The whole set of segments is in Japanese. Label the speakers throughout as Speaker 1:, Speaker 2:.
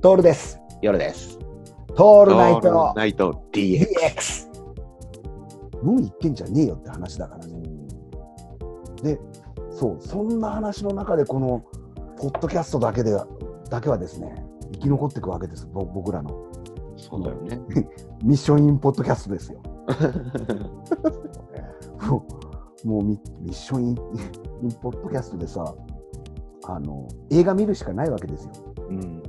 Speaker 1: トールです。
Speaker 2: 夜です。
Speaker 1: トー
Speaker 2: オ
Speaker 1: ルナイト
Speaker 2: ナイト DX。
Speaker 1: DX。飲み行ってんじゃねえよって話だからね。で、そう、そんな話の中で、この、ポッドキャストだけでは、だけはですね、生き残っていくわけです、ぼ僕らの。
Speaker 2: そうだよね。
Speaker 1: ミッションインポッドキャストですよ。もうもうミミッションイ ンインポッドキャストでさ、あの、映画見るしかないわけですよ。
Speaker 2: うん。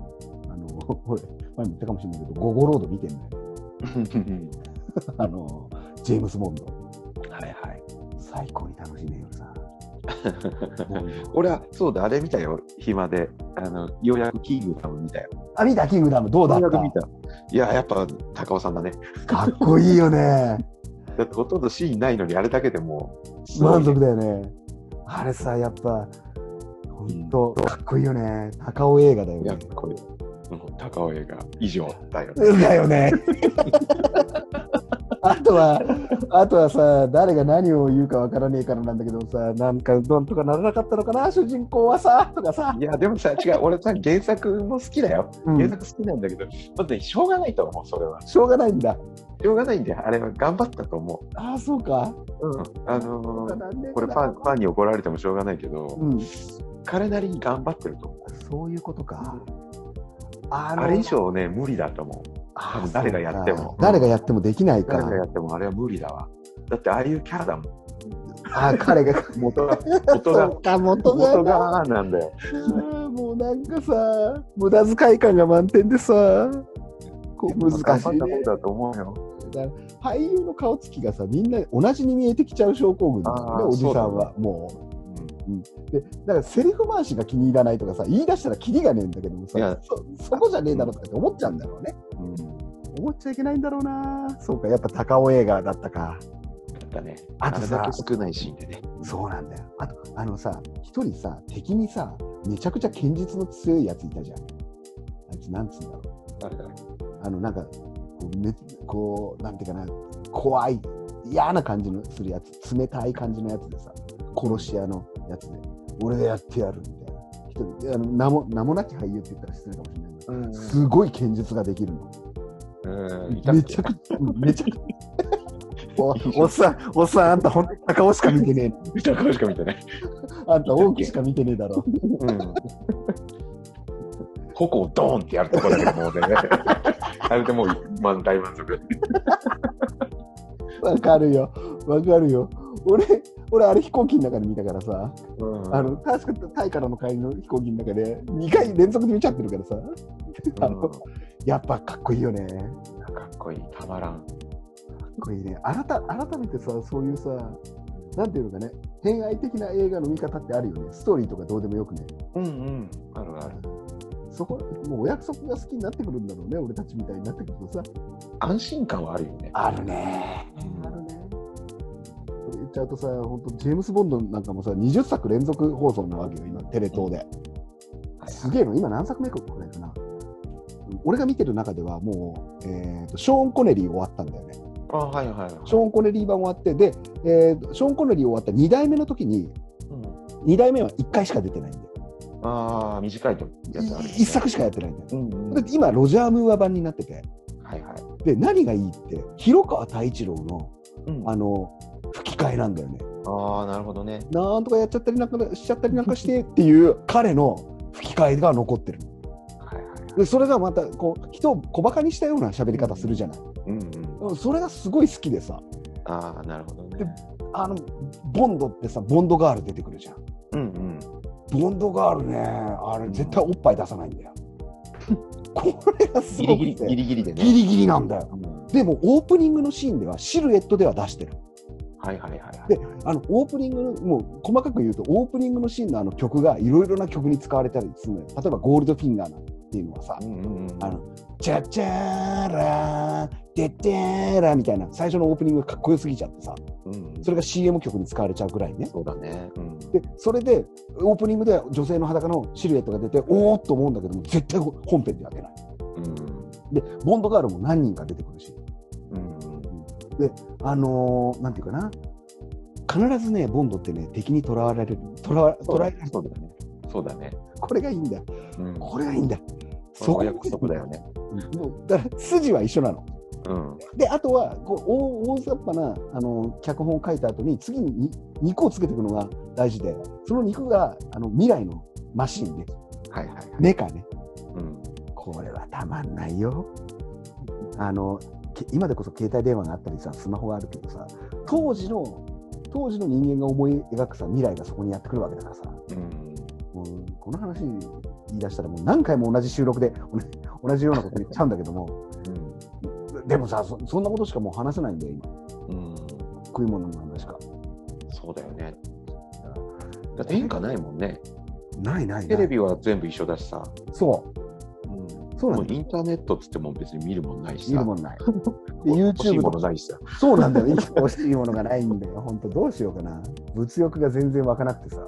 Speaker 1: あの、俺、前も言ったかもしれないけど、ゴゴロード見てんだよ。あの、ジェームス・ボンド。
Speaker 2: はいはい。
Speaker 1: 最高に楽しいね、夜さん。もう今
Speaker 2: 俺は、そうだ、あれ見たよ、暇で。あの、ようやくキングダム見たよ。
Speaker 1: あ、見た、キングダム、どうだっ
Speaker 2: ようやく見
Speaker 1: た
Speaker 2: た。いや、やっぱ、高尾さんだね。
Speaker 1: かっこいいよね。
Speaker 2: だって、ほとんどシーンないのに、あれだけでもう、 すごい
Speaker 1: 満足だよね。あれさ、やっぱ、ほんと、かっこいいよね。高尾映画だよ
Speaker 2: いや、
Speaker 1: ね。
Speaker 2: これ、うん、高尾映画以上だよね。
Speaker 1: だよね。 あとは、あとはさ、誰が何を言うかわからねえからなんだけどさ、なんかどんとかならなかったのかな、主人公はさ、とかさ。
Speaker 2: いや、でもさ、違う、俺さ、原作も好きだよ。
Speaker 1: うん
Speaker 2: 原作好きなんだけど、まずね、しょうがないと思う、それは。
Speaker 1: しょうがないんだ。
Speaker 2: しょうがないんだよ。あれは頑張ったと思
Speaker 1: ああ、そうか。
Speaker 2: う。うん。あのー、
Speaker 1: なんで
Speaker 2: これファン、ファンに怒られてもしょうがないけど、
Speaker 1: うん、
Speaker 2: 彼なりに頑張ってると思う。
Speaker 1: そういうことか。あの
Speaker 2: あれ以上ね、無理だと思う。
Speaker 1: あ
Speaker 2: 多分誰がやっても
Speaker 1: そうか誰がやってもできないか
Speaker 2: 誰がや
Speaker 1: ら。
Speaker 2: ってもあれは無理だわ。だってああいうキャラだもん。
Speaker 1: あー彼が。
Speaker 2: 元が、元が
Speaker 1: そ、うか元が
Speaker 2: 元がなんだよ。
Speaker 1: うんもうなんかさ、無駄遣い感が満点でさ、こう難しい、
Speaker 2: 頑張った方
Speaker 1: ね。
Speaker 2: だと思うよ。
Speaker 1: 俳優の顔つきがさ、みんな同じに見えてきちゃう症候群だよね、
Speaker 2: あー
Speaker 1: おじさん
Speaker 2: そうだ
Speaker 1: は。もう。で、だからセリフ回しが気に入らないとかさ、言い出したらキリがねえんだけども
Speaker 2: いや
Speaker 1: さ、そそこじゃねえだろとかって思っちゃうんだろうね。
Speaker 2: うん。うん。だ
Speaker 1: 思っちゃいけないんだろうな。そうか、やっぱ高尾映画だったか。
Speaker 2: ったね。
Speaker 1: あとさ
Speaker 2: れだけ少ないシーンでね。
Speaker 1: そうなんだよ。あと、あのさ、一人さ、敵にさ、めちゃくちゃ堅実の強いやついたじゃん。あいつ、なんつうんだろう。
Speaker 2: 誰だ
Speaker 1: あの、なんか、こう、めこうなんていうかな、怖い、嫌な感じのするやつ、冷たい感じのやつでさ、殺し屋のやつで、俺がやってやるみたいな。一人であの名も名もなき俳優って言ったら失礼かもしれないけど、
Speaker 2: うん
Speaker 1: すごい剣術ができるの。
Speaker 2: うん。いたっけ
Speaker 1: めちゃくちゃ、めちゃくちゃ。おおっさん、おっさん、あんた、本当に高尾しか見てね
Speaker 2: 見た顔しか見てない。
Speaker 1: え。あんた、大木しか見てねえだろ。
Speaker 2: うん。矛をドーンってやるとこだけど、もうね。あれでもう、まあ、大満足。
Speaker 1: わかるよ、わかるよ。俺、俺あれ飛行機の中で見たからさ、
Speaker 2: うん
Speaker 1: あの確かタイからの帰りの飛行機の中で2回連続で見ちゃってるからさ、あのやっぱかっこいいよね。か
Speaker 2: うんかっこいい。たまらん。
Speaker 1: っこいいね。改改めてさ、そういうさ、なんていうのかね、偏愛的な映画の見方ってあるよね。ストーリーとかどうでもよくね。
Speaker 2: うんうん。あるある。
Speaker 1: そこ、もうお約束が好きになってくるんだろうね、俺たちみたいになってくるとさ。
Speaker 2: 安心感はあるよね。
Speaker 1: あるね。
Speaker 2: うん
Speaker 1: あるね。それ言っちゃうとさ、本当ジェームス・ボンドなんかもさ、20作連続放送なわけよ、今、テレ東で。
Speaker 2: はい
Speaker 1: すげえの、今何作目かこれかな。俺が見てる中では、もう、えーとショーン・コネリー終わったんだよね。
Speaker 2: あはいはい。
Speaker 1: ショーン・コネリー版終わって、で、えーとショーン・コネリー終わった2代目の時に、
Speaker 2: うん
Speaker 1: 2代目は1回しか出てないんだよ。
Speaker 2: ああ、短いとやつある、ね。
Speaker 1: 1作しかやってないんだよ。
Speaker 2: うんうん。
Speaker 1: で今、ロジャー・ムーア版になってて、
Speaker 2: はいはい。
Speaker 1: で、何がいいって、広川太一郎の、
Speaker 2: うん、
Speaker 1: あ
Speaker 2: あ
Speaker 1: の、吹き替えなんだよね。
Speaker 2: あー、なるほどね。
Speaker 1: なんとかやっちゃったりなんかしちゃったりなんかしてっていう彼の吹き替えが残ってる
Speaker 2: はいはいはい。
Speaker 1: でそれがまたこう人を小バカにしたような喋り方するじゃない、
Speaker 2: うんうん。
Speaker 1: それがすごい好きでさ
Speaker 2: ああ、なるほどね。
Speaker 1: あのボンドってさボンドガール出てくるじゃん
Speaker 2: うんうん。
Speaker 1: ボンドガールねあれ絶対おっぱい出さないん だよ、これがす
Speaker 2: ギ
Speaker 1: ご
Speaker 2: リ
Speaker 1: くて
Speaker 2: ギリ、ギリギリでね。
Speaker 1: ギリギリなんだよ
Speaker 2: うん
Speaker 1: でもオープニングのシーンではシルエットでは出してる
Speaker 2: はいはいはいはい。
Speaker 1: であのオープニングのもう細かく言うとオープニングのシーンのあの曲がいろいろな曲に使われたりするのよ例えば「ゴールドフィンガー」なんていうのはさ
Speaker 2: うんうんうん。
Speaker 1: あの「チャチャーラーテッテーラ」みたいな最初のオープニングがかっこよすぎちゃってさ
Speaker 2: うん、
Speaker 1: それが CM 曲に使われちゃうぐらいね
Speaker 2: そうだね。うん。
Speaker 1: でそれでオープニングでは女性の裸のシルエットが出ておおっと思うんだけども絶対本編では出ない
Speaker 2: うん。
Speaker 1: でボンドガールも何人か出てくるし
Speaker 2: うん。
Speaker 1: あのー、なんていうかな必ずねボンドってね敵にとらわれるとらわ
Speaker 2: そう
Speaker 1: 捕ら
Speaker 2: だ
Speaker 1: えられる
Speaker 2: そうだね。そうだね。
Speaker 1: これがいいんだよ
Speaker 2: うん。
Speaker 1: これがいいんだ。
Speaker 2: そこは約束だよね。
Speaker 1: もうだから筋は一緒なの。
Speaker 2: うん。
Speaker 1: で、あとはこう大大雑把なあの脚本を書いた後に次にに肉をつけていくのが大事で、その肉があの未来のマシンで、
Speaker 2: はいはいはい。
Speaker 1: メカね。
Speaker 2: うん。
Speaker 1: これはたまんないよ。あのけ今でこそ携帯電話があったりさ、スマホがあるけどさ、当時の当時の人間が思い描くさ未来がそこにやってくるわけだからさ、
Speaker 2: うん。
Speaker 1: もうこの話言い出したらもう何回も同じ収録で お同じようなこと言っちゃうんだけども、でもさそ、そんなことしかもう話せないんだよ、今、
Speaker 2: うん。うん。
Speaker 1: 食い物の話しか。
Speaker 2: そうだよね。だって変化ないもんね。
Speaker 1: ないないない。
Speaker 2: テレビは全部一緒だしさ。
Speaker 1: そう、
Speaker 2: うん。
Speaker 1: そうな
Speaker 2: も
Speaker 1: ん
Speaker 2: う
Speaker 1: だよ
Speaker 2: インターネットっつっても別に見るもんないしさ。
Speaker 1: 見るもんない。で
Speaker 2: 欲しい
Speaker 1: YouTube と
Speaker 2: も
Speaker 1: か
Speaker 2: のないしさ。
Speaker 1: そうなんだよ、欲しいものがないんだよ、本当、どうしようかな。物欲が全然湧かなくてさ。